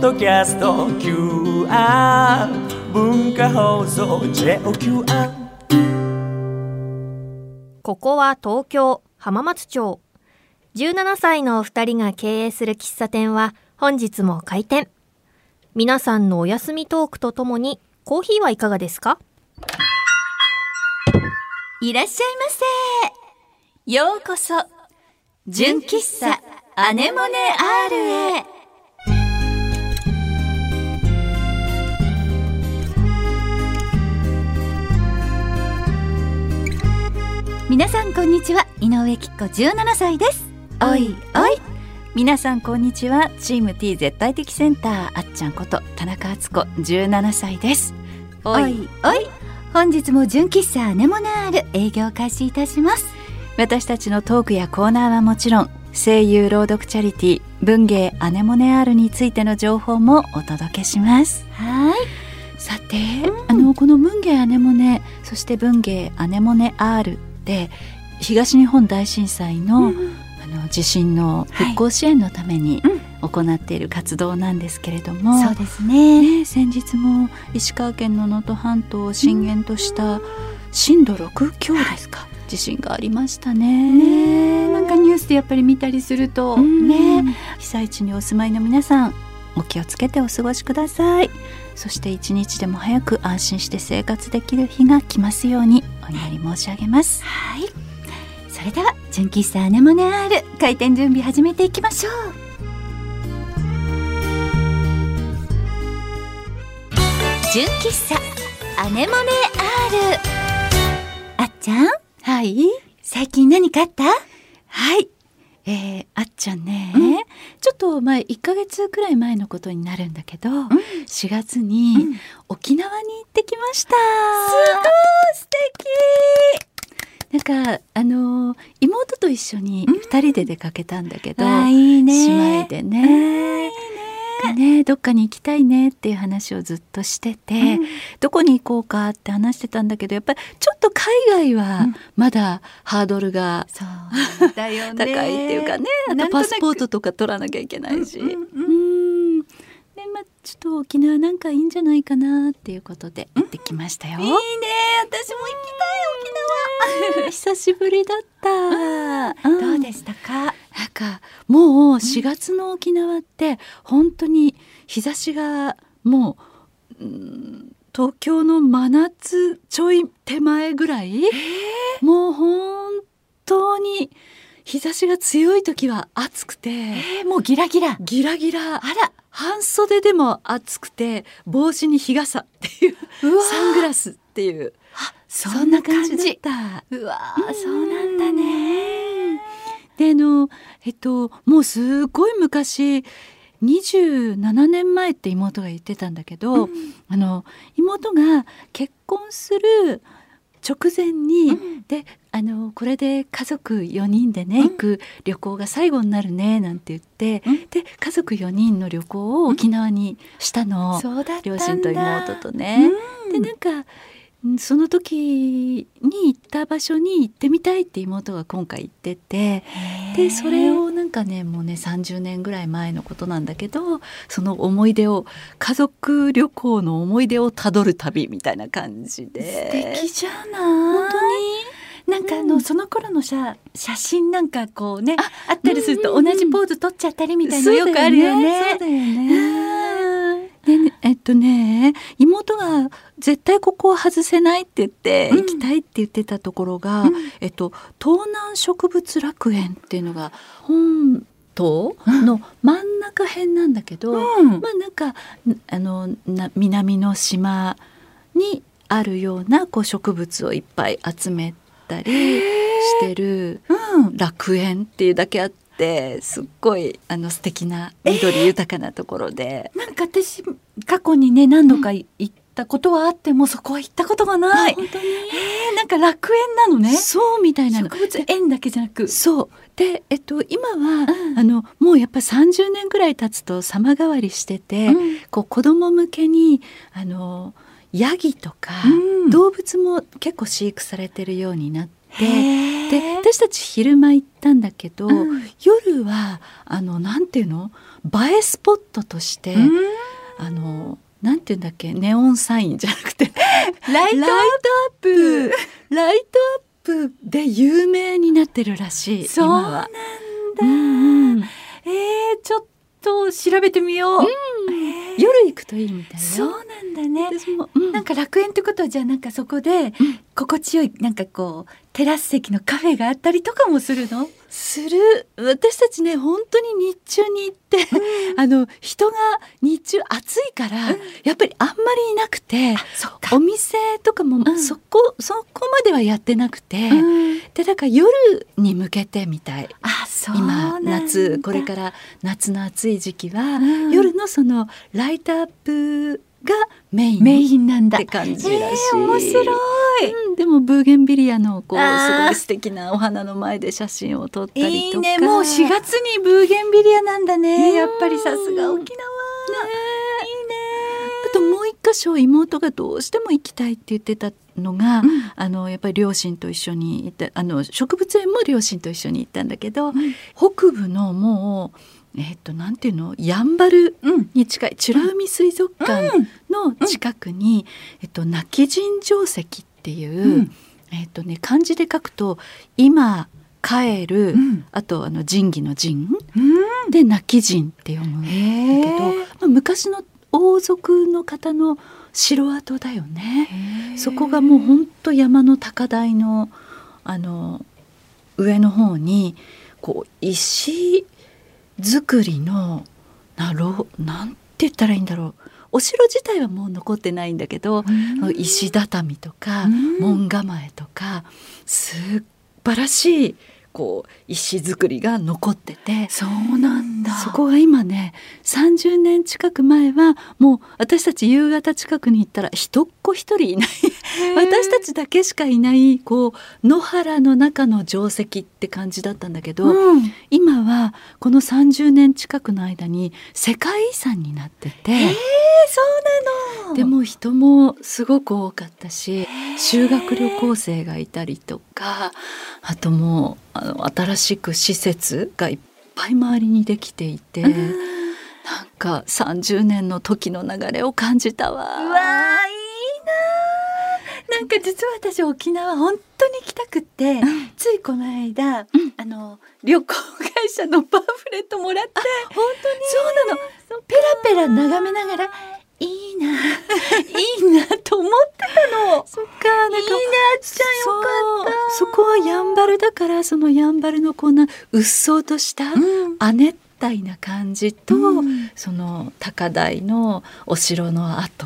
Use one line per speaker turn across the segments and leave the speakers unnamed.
ドキャスト QR 文化放送 JOQR
ここは東京浜松町17歳のお二人が経営する喫茶店は本日も開店皆さんのお休みトークとともにコーヒーはいかがですか
いらっしゃいませ。ようこそ、純喫茶アネモネ R へ。皆さんこんにちは、井上貴子17歳です。おいおい。皆さんこんにちは、チーム T 絶対的センターあっちゃんこと田中敦子17歳です。おいおい。本日も純喫茶アネモナール営業開始いたします私たちのトークやコーナーはもちろん声優朗読チャリティー文芸アネモネアールについての情報もお届けします
はい。
さて、あのこの文芸アネモネそして文芸アネモネアールで東日本大震災の、あの地震の復興支援のために
はい
行っている活動なんですけれども、
そうですね。
ね、先日も石川県の能登半島を震源とした震度6強ですか、地震がありましたね。
ねなんかニュースでやっぱり見たりすると、ね。
ね被災地にお住まいの皆さんお気をつけてお過ごしくださいそして一日でも早く安心して生活できる日が来ますようにお祈り申し上げます
はい。それでは、純喫茶アネモネアール、開店準備始めていきましょう。
純喫茶アネモネアール
あっちゃん、
はい
最近何かあった
はいえー、あっちゃんね、
うん
ちょっと前1ヶ月くらい前のことになるんだけど、4月に
うん
沖縄に行ってきました、
素
なんかあのー妹と一緒に2人で出かけたんだけど、
あ、いい
姉妹
ね。
でね。ね、どっかに行きたいねっていう話をずっとしてて、どこに行こうかって話してたんだけどやっぱりちょっと海外はまだハードルが
そうだよね。
高いっていうかねあ
な
と
んとな
パ
く
スポートとか取らなきゃいけないし。
うんうんうん
うんでまあ、ちょっと沖縄なんかいいんじゃないかなっていうことで行ってきましたよ。
いいね。私も行きたい、沖縄。
久しぶりだった。
どう
す
でしたか
なんかもう4月の沖縄って本当に日差しがもう、うん東京の真夏ちょい手前ぐらい、もう本当に日差しが強い時は暑くて、
えー、もうギラギラ。
ギラギラ
あら、
半袖でも暑くて帽子に日傘っていう
う
サングラスっていうそんな感じだった。
うわ
う
ー
ん
そうなんだね。
であのえっともうすごい昔27年前って妹が言ってたんだけど、あの妹が結婚する直前に、であのこれで家族4人でね、
うん
行く旅行が最後になるねなんて言って、
うん
で家族4人の旅行を沖縄にしたの、
そうだったんだ。
両親と妹とね。
う
で
ん
なんかうんその時に行った場所に行ってみたいって妹が今回行っててでそれをなんかねもうね30年ぐらい前のことなんだけどその思い出を家族旅行の思い出をたどる旅みたいな感じで
素敵じゃない。
本当に
なんかあ
う
の、
ん
その頃のさ写真なんかこうね
あ
あったりすると
う
同
んうんうん
じポーズ撮っちゃったりみたいなのよくあるよ
そう
ね。
だよね。でねえっとね妹が絶対ここを外せないって言って、
うん
行きたいって言ってたところが、
うん
えっと東南植物楽園っていうのが本島の真ん中辺なんだけど、
うん
まあなんかんあのな南の島にあるようなこう植物をいっぱい集めたりしてる
うん
楽園っていうだけあってすっごいあの素敵な緑豊かなところで、
なんか私過去にね何度かい行ったことはあってもそこは行ったことがない。
本当に、
えーなんか楽園なのね。
そうみたいなの
植物園だけじゃなく。
そうで、えっと、今は、
うん
あのもうやっぱ30年ぐらい経つと様変わりしてて、
うん
こう子供向けにあのヤギとか、
うん
動物も結構飼育されてるようになって。てで
で
私たち昼間行ったんだけど、
うん
夜はあのなんていうの映えスポットとして、あのなんていうんだっけネオンサインじゃなくて
ラ
ラ
イ
イ
ト
トアップライトアップで有名になってるらしい
そう
今
な
は
んだ、
うんうん
えー、ちょっと調べてみよう、えー
夜行くといいみたいな
そうなんだね
私も、うん
なんか楽園ってことはじゃあなんかそこで心地よいなんかこうテラス席のカフェがあったりとかもするの
する私たちね本当に日中に行って、あの人が日中暑いから、やっぱりあんまりいなくて
そっ
お店とかも、
うん
そこそこまではやってなくて、でだから夜に向けてみたい
あそう
今
なんだ
夏これから夏の暑い時期は、
うん
夜のそのライトアップがメイン
メインなんだ
って感じらしい、
えー面白い
うん、でもブーゲンビリアのこう
あー
すごい素敵なお花の前で写真を撮ったりとか
いいねもう4月にブーゲンビリアなんだね、
うん
やっぱりさすが沖縄、
あともう一箇所妹がどうしても行きたいって言ってたのが、
いいね
あのやっぱり両親と一緒に行ったあの植物園も両親と一緒に行ったんだけど、
ん
北部のもうえっとなんていうのやんばる
うん、うん
に近い美ら海水族館の近くに、えっと泣き人定石っていう、
うん
えっとね漢字で書くと今帰る、
うん
あとあの仁義の仁
うん
で泣き人って読むんだ
へ
けど、まあ、昔の王族の方の城跡だよね。
え
そこがもうほんと山の高台のあの上の方にこう石造りのなろなんて言ったらいいんだろうお城自体はもう残ってないんだけど、
うん
石畳とか、
うん
門構えとか素晴らしいこう石造りが残ってて
そうなんだ
そこが今ね30年近く前はもう私たち夕方近くに行ったら一っ子一人いない私た
ち
ちだけしかいないこう野原の中の定石って感じだったんだけど、
うん、
今はこの30年近くの間に世界遺産になってて、
そうなの
でも人もすごく多かったし修学旅行生がいたりとかあともうあの新しく施設がいっぱい周りにできていて、なんか30年の時の流れを感じたわ。
うわーいいなーなんか実は私沖縄本当に行きたくって、ついこの間、あの旅行会社のパンフレットもらって本当にそうなのペラペラ眺めながらいいな いいなと思ってたの
そっか
いいなあっちゃんよかった
そうそこはやんばるだからそのやんばるのこんなうっそうとした
うん
亜熱帯な感じと、
うん
その高台のお城の跡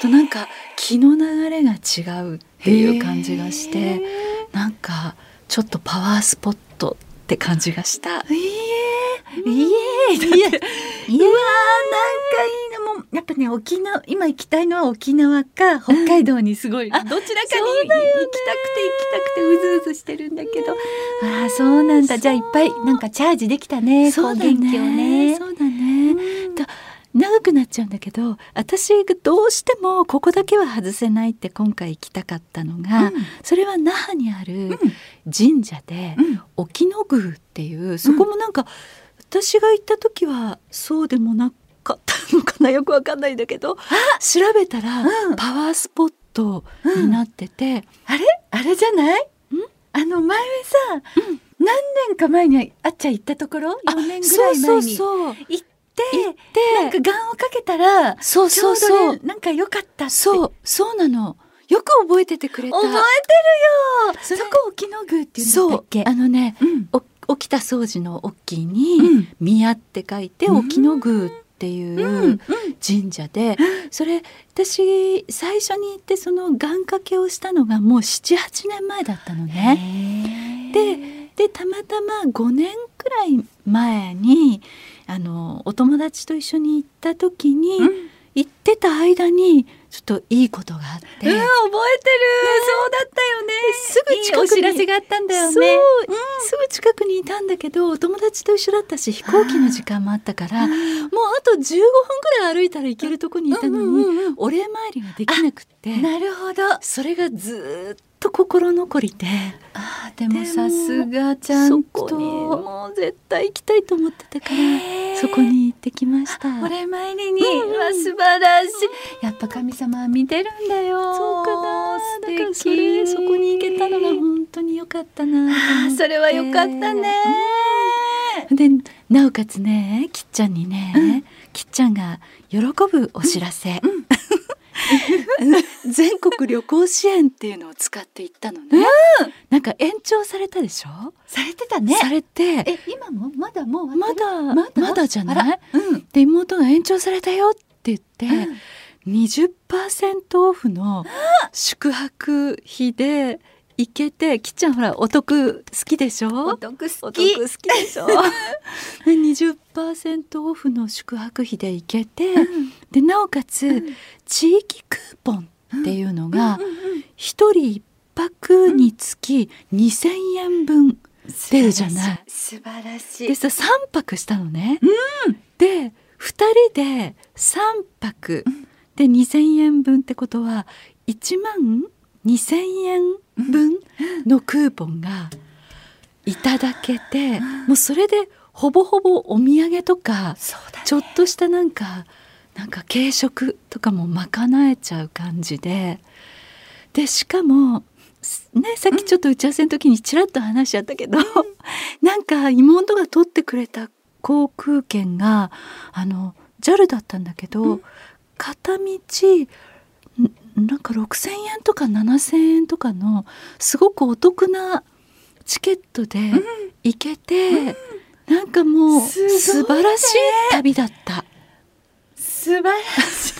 となんか気の流れが違うっていう感じがしてなんかちょっとパワースポットって感じが した。
いえいえいえいえうわーなんかいいなもうやっぱね沖縄今行きたいのは沖縄か北海道にすごい、
あ
どちらかに
そ
行
う
き
だ
たく
よね
て行きたくてうずうずしてるんだけど、ああそうなんだじゃあいっぱいなんかチャージできたねこう元気をね。
そうだね。
うん
だ長くなっちゃうんだけど私がどうしてもここだけは外せないって今回行きたかったのが、それは那覇にある神社で、
うん
沖野宮っていうそこもなんか、私が行った時はそうでもなかったのかなよくわかんないんだけど調べたら、
うん
パワースポットになってて、
あれあれじゃないあの前さ、何年か前にあっちゃん行ったところ4年ぐらい前に
そうそうそう
行って
行って
なんか願をかけたら
そう
ち
そ
ょ
う
う
そ
ど
う
ねなんか良かったって
そうそうなのよく覚えててくれた
覚えてるよ
そ
そ
れ
こ沖野宮っていうんだっ
そう
け
あのね
うん
お沖田総司の沖
う
に
ん
「宮」って書いて
うん
沖野宮っていう神社で、それ私最初に行ってその願掛けをしたのがもう78年前だったのね。
ね
ででたまたま5年くらい前にあのお友達と一緒に行った時に、
うん
行ってた間にちょっといいことがあって。
うん覚えてる、そうだったよね
すぐ近くに
いいお知らせがあったんだよね
そう、すぐ近くにいたんだけどお友達と一緒だったし飛行機の時間もあったからもうあと15分ぐらい歩いたら行けるとこにいたのに、
うんうんうんうん
お礼参りができなくって
なるほど
それがずーっと心残りで
あーでもさすがちゃんと
そこにもう絶対行きたいと思ってたからそこに行ってきました
お礼参りに、
うんうん
わ素晴らしいやっぱ神様は見てるんだよ
そうかな
素
だ
敵
からそれそこに行けたのが本当に良かったなと思
あ
っ
ー
て
それはよかったね、
でなおかつねきっちゃんにね、
うん
きっちゃんが喜ぶお知らせ、 全国旅行支援っていうのを使っていったのね、なんか延長されたでしょ、
されてたね
されて
え今もまだもう終わ
ま
ってる
だ
ま
ま
だ
だじゃ
あ
ない
うん
で妹が延長されたよって言って、
うん
20%オフの宿泊費で行けてきっちゃんほらお得好きでしょ
お得好
お
き
得好きで しょで20%オフの宿泊費で行けて、でなおかつ、地域クーポンっていうのが一人一泊につき2,000円分出るじゃない。
素晴らしい
でさ3泊したのね。で2人で3泊で2,000円分ってことは1万2,000円分のクーポンがいただけてもうそれでほぼほぼお土産とか
そうだ
ちょっとしたなんかなんか軽食とかも賄えちゃう感じででしかもすねさっきちょっと打ち合わせの時にちらっと話しちゃったけど、なんか妹が取ってくれた航空券があの JAL だったんだけど、片道んなんか6,000円とか7,000円とかのすごくお得なチケットで行けて、なんかもう
すごいね
素晴らしい旅だった。
素晴らし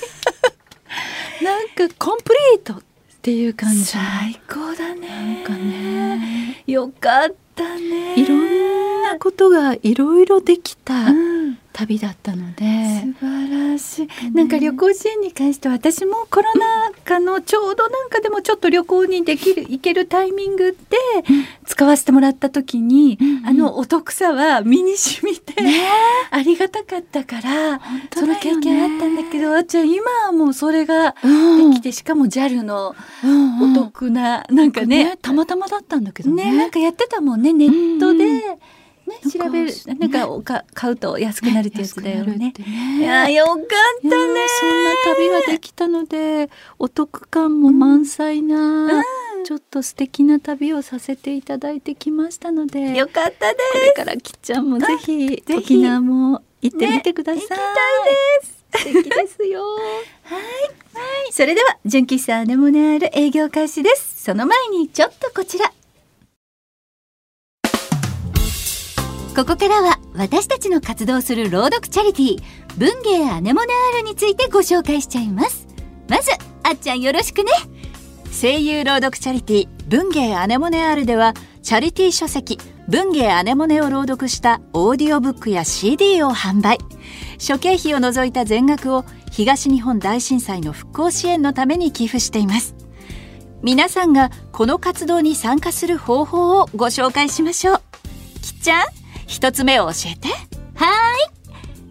い
なんかコンプリートっていう感じの
最高だ
な
ね
んかね
よかったね
いろんなことがいろいろできた
うん
旅だったので、
素晴らしい。なんか旅行支援に関しては私もコロナ禍のちょうどなんかでもちょっと旅行にできる行けるタイミングで使わせてもらった時に、
んうん
あのお得さは身に染みて、
ね
ありがたかったから、
当
そ
だよね
の経験あったんだけどあっちゃん今はもうそれがで
うん
きて、しかも JAL の
うんう
お
ん
得な、なんかね
たまたまだったんだけどね
ねなんかやってたもんねネットで、
うんうん
ね調べる
なんか
なんかおか買うと安くなるってやつだよね
安くなるってね
いやよかった
いやー
ね。
そんな旅ができたのでお得感も満載な、ちょっと素敵な旅をさせていただいてきましたので
よかったで
これからきっちゃんもぜひ
ひ
沖縄も行ってみてください、
ね行きたいです。素敵ですよ。はい。はい。それでは純喫茶アネモネアール営業開始です。その前にちょっとこちら。ここからは私たちの活動する朗読チャリティー文芸アネモネアールについてご紹介しちゃいます。まずあっちゃんよろしくね。声優朗読チャリティー文芸アネモネアールではチャリティー書籍文芸アネモネを朗読したオーディオブックや CD を販売諸経費を除いた全額を東日本大震災の復興支援のために寄付しています皆さんがこの活動に参加する方法をご紹介しましょうきっちゃん一つ目を教えて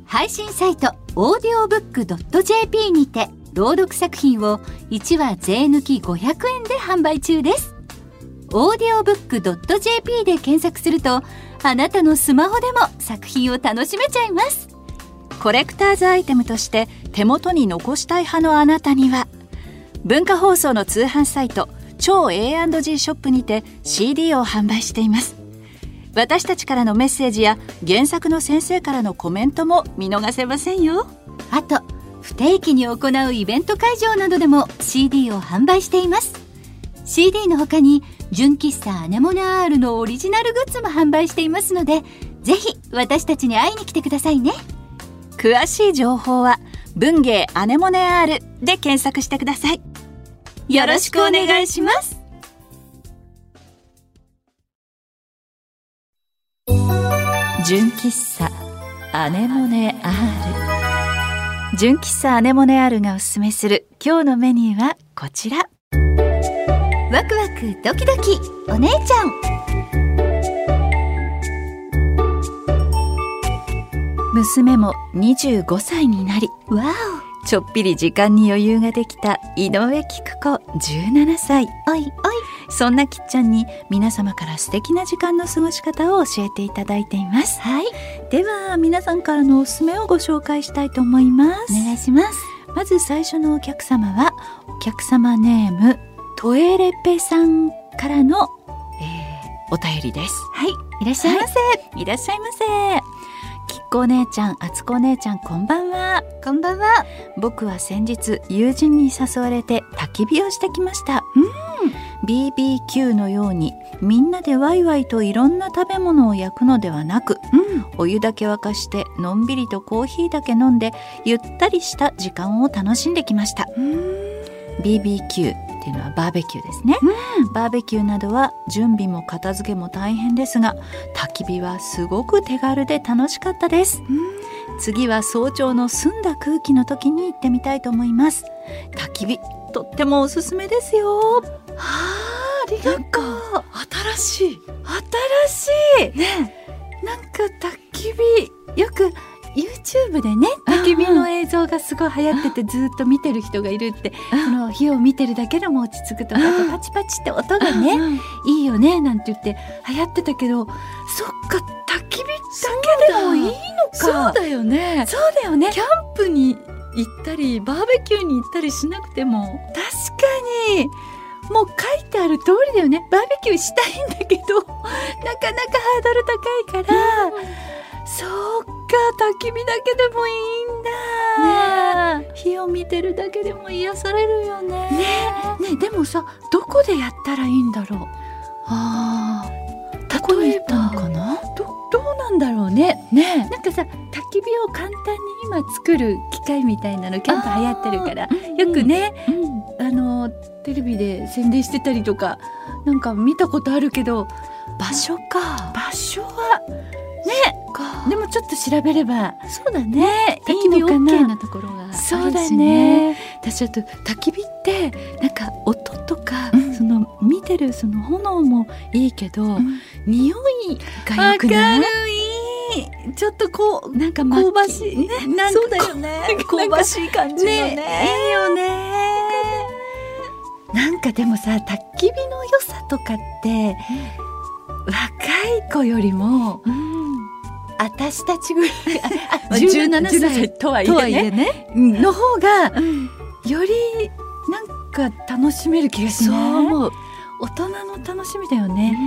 配信サイトオーディオブック .jp にて朗読作品を1話税抜き500円で販売中ですオーディオブック .jp で検索するとあなたのスマホでも作品を楽しめちゃいます
コレクターズアイテムとして手元に残したい派のあなたには文化放送の通販サイト超 A&G ショップにて CD を販売しています私たちからのメッセージや原作の先生からのコメントも見逃せませんよ
あと不定期に行うイベント会場などでも CD を販売しています CD の他に純喫茶アネモネアールのオリジナルグッズも販売していますのでぜひ私たちに会いに来てくださいね
詳しい情報は文芸アネモネ R で検索してくださいよろしくお願いします
純喫茶アネモネアール純喫茶アネモネアールがおすすめする今日のメニューはこちら
ワクワクドキドキお姉ちゃん
娘も25歳になり
わ
ちょっぴり時間に余裕ができた井上菊子17歳
おおいおい
そんなきっちゃんに皆様から素敵な時間の過ごし方を教えていただいています
はい
では皆さんからのおすすめをご紹介したいと思います
お願いします
まず最初のお客様はお客様ネームトエレペさんからの、えーお便りですはい
いらっしゃいませ、
いらっしゃいませきっこお姉ちゃんあつこお姉ちゃんこんばんは
こんばんは
僕は先日友人に誘われて焚き火をしてきました、BBQ のようにみんなでワイワイといろんな食べ物を焼くのではなく、お湯だけ沸かしてのんびりとコーヒーだけ飲んでゆったりした時間を楽しんできました、BBQ っていうのはバーベキューですね、バーベキューなどは準備も片付けも大変ですが焚き火はすごく手軽で楽しかったです、次は早朝の澄んだ空気の時に行ってみたいと思います焚き火とってもおすすめですよ
あありがとう新しい
新しい
なんか焚き火よく YouTube でね焚き火の映像がすごい流行っててずっと見てる人がいるってその火を見てるだけでも落ち着くとかあとパチパチって音がね
ね
いいよねなんて言って流行ってたけどそっか焚き火だけでもいいのか
そう
だよね
そうだよね
キャンプに行ったりバーベキューに行ったりしなくても確かにもう書いてある通りだよねバーベキューしたいんだけどなか なかハードル高いから、そうか焚き火だけでもいいんだ、火を見てるだけでも癒されるよねねねでもさどこでやったらいいんだろう
あ
ど
ーどこに
例
行
え
ったの
ば
かな
どどうなんだろうね
ね
なんかさ焚き火を簡単に今作る機械みたいなのキャンプ流行ってるからよくね、あのテレビで宣伝してたりとかなんか見たことあるけど
場所か
場所は
か
でもちょっと調べれば
そうだね
ね
焚
焚
き
き
火
火
OK
OK
な
な
ところがあるし
そうだね私あと焚き火ってなんか音とか、
うん
その見てるその炎もいいけど、
ん
匂いが良くない
いいちょっとこう
なんか
香
香
ば
ば
し
し
い
い、なんか
そうだよね香ばしい感じよね
いいよねなんかでもさ焚き火の良さとかって、若い子よりも私たちぐらいあ
まあ
17
17
歳
歳とはい
とはい
え
え
ね
ねの方がよりなんか楽しめる気がし
そう
ない
思う
大人の楽しみだよね、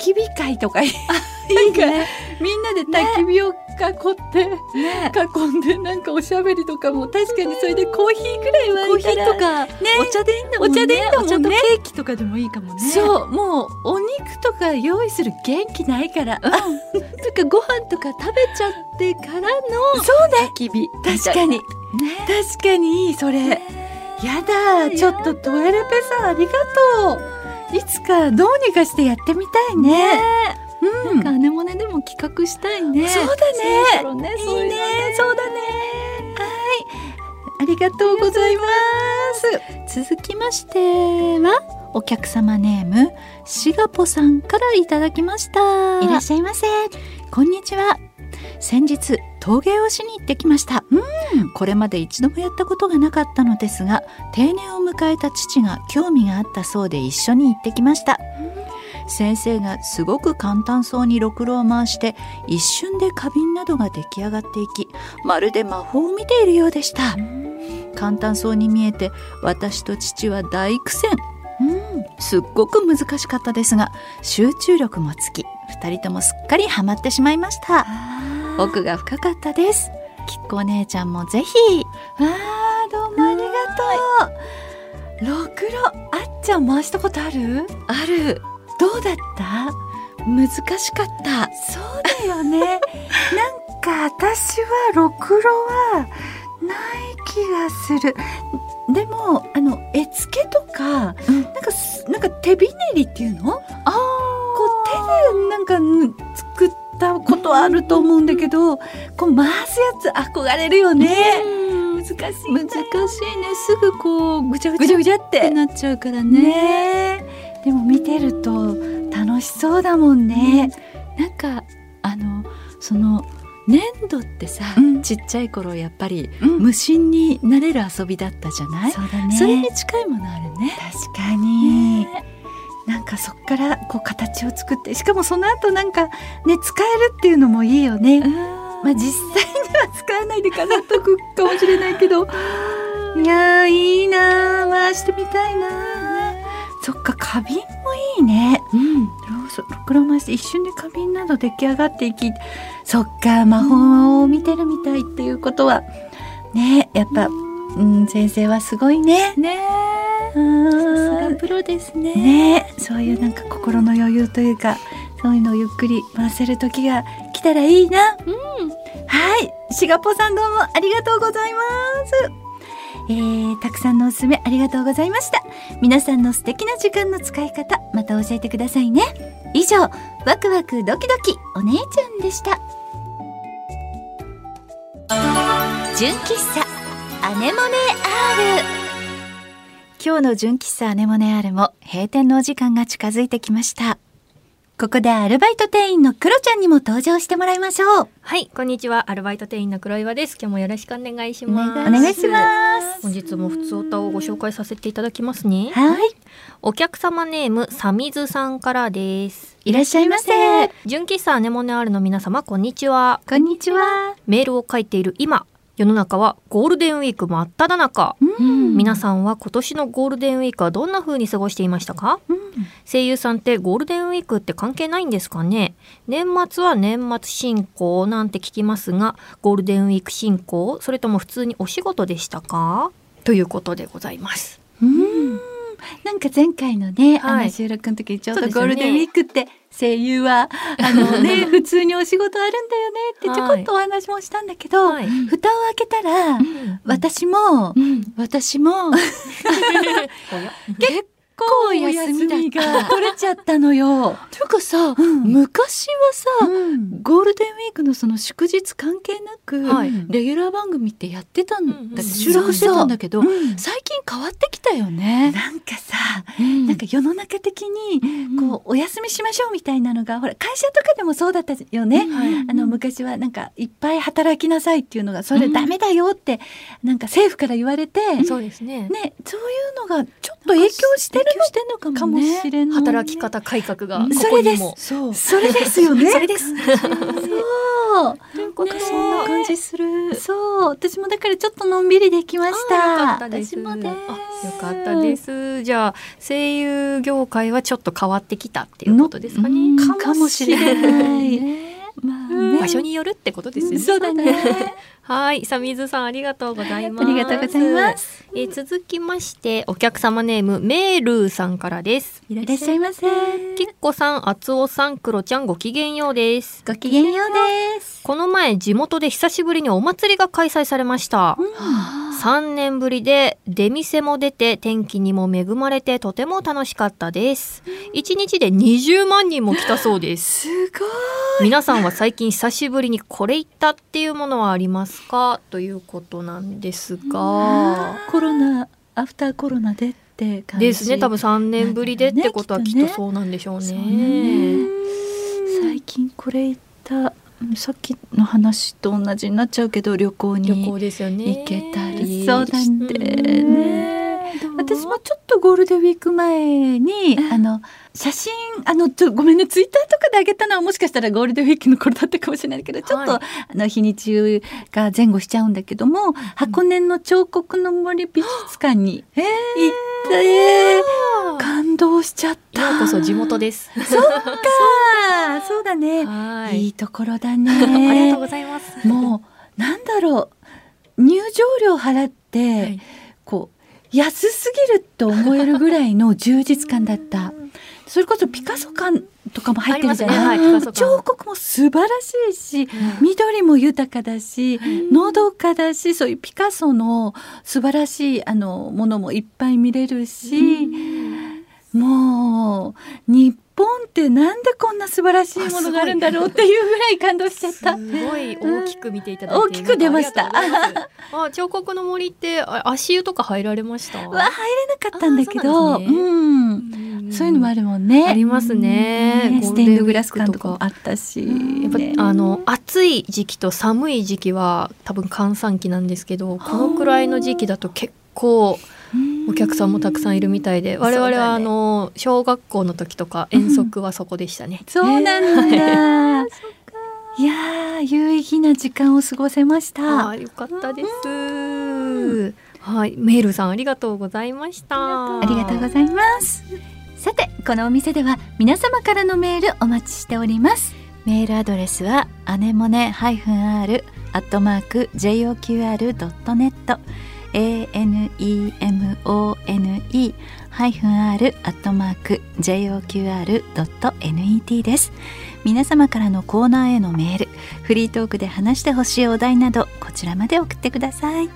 焚き火会と かいい
いい
ね
ね
みんなで焚き火を囲って、囲んでなんかおしゃべりとかも確かにそれでコーヒーぐらいは
コーヒーとかお茶でいいんだもんね
お茶でいいんだも
お
んね
茶とケーキとかでもいいかもね
そうもうお肉とか用意する元気ないから、とかご飯とか食べちゃってからの焚き火確かに
ね
確かにいいそれ、やだちょっとトエレペさんありがとういつかどうにかしてやってみたいねうん
なんか姉もねでも企画したいね
そうだね
そろそろね
い
そういうの
いね、そうだね。はい、ありがとうございます。
続きましてはお客様ネームシガポさんからいただきました
いらっしゃいませ
こんにちは先日陶芸をしに行ってきました、これまで一度もやったことがなかったのですが定年を迎えた父が興味があったそうで一緒に行ってきました、先生がすごく簡単そうにろくろを回して一瞬で花瓶などが出来上がっていきまるで魔法を見ているようでした、簡単そうに見えて私と父は大苦戦すっごく難しかったですが集中力もつき2人ともすっかりハマってしまいました奥が深かったですきっこお姉ちゃんもぜひ
あー、どうもありがとう。ろくろ、あっちゃん回したことある
ある
どうだった
難しかった
そうだよ ね。なんか私はろくろはない気がする。でもあの絵付けとか、
うん
なんかすなんか手びねりっていうの？ああ、こう手でなんかん作ったことあると思うんだけど、こう回すやつ憧れるよね。難しいんだよ
難しいねすぐこうぐちゃぐちゃ
ぐちゃって
ってなっちゃうからね
ねえでも見てると楽しそうだもんね。
なんかあのその粘土ってさ、
うん
ちっちゃい頃やっぱり
うん
無心になれる遊びだったじゃない、
そうだね。
それに近いものあるね
確かに、なんかそっからこう形を作ってしかもその後なんかね使えるっていうのもいいよね、まあ実際には使わないで飾っとくかもしれないけ どいやーいいなー回してみたいなーそっか花瓶もいいね
うん
ローソロクロマンス一瞬で花瓶など出来上がっていきそっか魔法を見てるみたいっていうことはねやっぱ、うん、先生はすごいね。ねさすがプロですね。ねそういうなんか心の余裕というかそういうのをゆっくり回せる時が来たらいいな。はいシガポさんどうもありがとうございます。えー、たくさんのおすすめありがとうございました。皆さんの素敵な時間の使い方また教えてくださいね以上ワクワクドキドキお姉ちゃんでした
純喫茶アネモネ
今日の純喫茶アネモネアールも閉店のお時間が近づいてきました
ここでアルバイト店員のクロちゃんにも登場してもらいましょう
はい、こんにちは。アルバイト店員の黒岩です。今日もよろしくお願いします。。
お願いします
本日も普通歌をご紹介させていただきますね。
はい
お客様ネーム、さみずさんからです。
いらっしゃいませ
純喫茶アネモネアールの皆様、こんにちは。
こんにちは
メールを書いている今、世の中はゴールデンウィーク真っ只中。
うん
皆さんは今年のゴールデンウィークはどんな風に過ごしていましたか、声優さんってゴールデンウィークって関係ないんですかね年末は年末進行なんて聞きますがゴールデンウィーク進行それとも普通にお仕事でしたかということでございます
なんか前回のね、
はい
あの収録の時にちょう
そ
ど
うです
ゴ
よね
ールデンウィークって声優は、あのね普通にお仕事あるんだよねってちょこっとお話もしたんだけど、
はい
蓋を開けたら、私も、私 も結構休みが取れちゃったのよ。
というかさ、
うん
昔はさ、
うん
ゴールデンウィークのその祝日関係なく、
はい
レギュラー番組ってやってたんだ、
うん
って収録してたんだけど、最近変わってきたよね。
なんかさ、なんか世の中的にこう、お休みしましょうみたいなのがほら会社とかでもそうだったよね。あの昔はなんかいっぱい働きなさいっていうのがそれダメだよって、なんか政府から言われて、
そうですね
ねそういうのがちょっと影響してるの
してんのか
か
も
も
ね。
しれない、
働き方改革がこ
うん
こにも
そう。
それですよ ね。
それです
そう
ということで
そんな感
じする
そう私もだからちょっとのんびりできまし
あーよか
た。
ったです
私もね。
あよかったですじゃあ声優業界はちょっと変わってきたっていうことですかね、
うん
かもしれない。
まあ
うん
場所によるってことですよね、
そうだね。
はい、さみずさんありがとうございます。。
ありがとうございます
えー続きましてお客様ネームメールーさんからです。
いらっしゃいませ。
きっこさん、あつおさん、クロちゃんごきげんようです。
ごきげんようです。
この前地元で久しぶりにお祭りが開催されました。3年ぶりで出店も出て天気にも恵まれてとても楽しかったです。1日で20万人も来たそうです。
すごい。
皆さんは最近久しぶりにこれ行ったっていうものはありますかということなんですが。
コロナアフターコロナでって感じ
ですね多分3年ぶりでってことはきっとそうなんでしょうね。
そうね最近これ言ったうんさっきの話と同じになっちゃうけど旅行に
旅行ですよね。
行けたり
そう
し
だ
て
ね。
ね私
私も
もちょっとゴールデンウィーク前に、あの写真あのちょごめんねツイッターとかで上げたのはもしかしたらゴールデンウィークの頃だったかもしれないけどちょっと、
はい
あの日にちが前後しちゃうんだけども、箱根の彫刻の森美術館に行って感動しちゃった。
ようこそ地元です。
ああそうだね、、
はい
い
い。
ところだ ね。
ありがとうございます。
もうなんだろう入場料払って、
はい
こう安すぎると思えるぐらいの充実感だった。それこそピカソ感とかも入ってるじゃな
あ
い、
りますねはいピカソ感
彫刻も素晴らしいし、緑も豊かだし、のどかだしそういうピカソの素晴らしいあのものもいっぱい見れるし、もう日本ってなんでこんな素晴らしいものがあるんだろうっていうぐらい感動しちゃっ
す
た。
ごい大きく見ていただいて、
大きく出ました
ありがとうございますあ、彫刻の森ってあ足湯とか入られました。
は入れなかったんだけど、
あーそうなんですね
うん、そういうのもあるもんね。
ありますね
うん
ゴー
ス
ルデ
テ
ンウィークとか
ンドグラス感とかもあったし、
やっぱ、
ね
あの暑い時期と寒い時期は多分閑散期なんですけどこのくらいの時期だと結構お客さんもたくさんいるみたいで
そう
我
だね
々はあの小学校の時とか遠足はそこでしたね、
そうなんだ。いやー有意義な時間を過ごせました。
あーよかったです、はいメールさんありがとうございました
ありがとうございます。さて、このお店では皆様からのメールお待ちしております。
メールアドレスはアネモネ -r アットマーク JOQR.net anemone-r アットマーク JOQR.net です皆様からのコーナーへのメールフリートークで話してほしいお題などこちらまで送ってください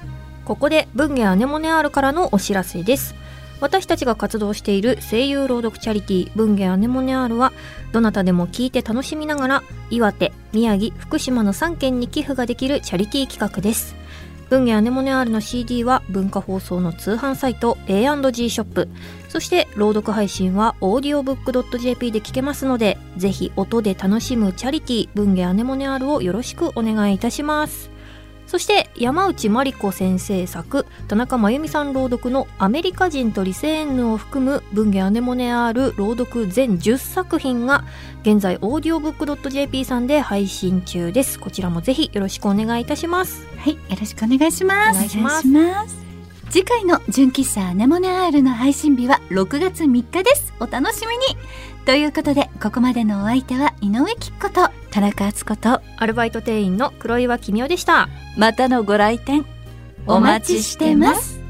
ここで文芸アネモネアールからのお知らせです。私たちが活動している声優朗読チャリティー文芸アネモネアールは、どなたでも聞いて楽しみながら、岩手、宮城、福島の3県に寄付ができるチャリティー企画です。文芸アネモネアールの CD は文化放送の通販サイト A&G ショップ、そして朗読配信は audiobook.jp で聞けますので、ぜひ音で楽しむチャリティー文芸アネモネアールをよろしくお願いいたします。そして山内真理子先生作田中真由美さん朗読の「アメリカ人とリセーヌ」を含む文芸アネモネ R 朗読全10作品が現在オーディオブックドット JP さんで配信中ですこちらもぜひよろしくお願いいたします
はいよろしくお願いしま
お
す
願いします
お願いします
次回の純喫茶アネモネアールの配信日は6月3日です。お楽しみにということで、ここまでのお相手は井上貴子と、
田中敦子と
アルバイト店員の黒岩公夫でした
またのご来店
お待ちしてます。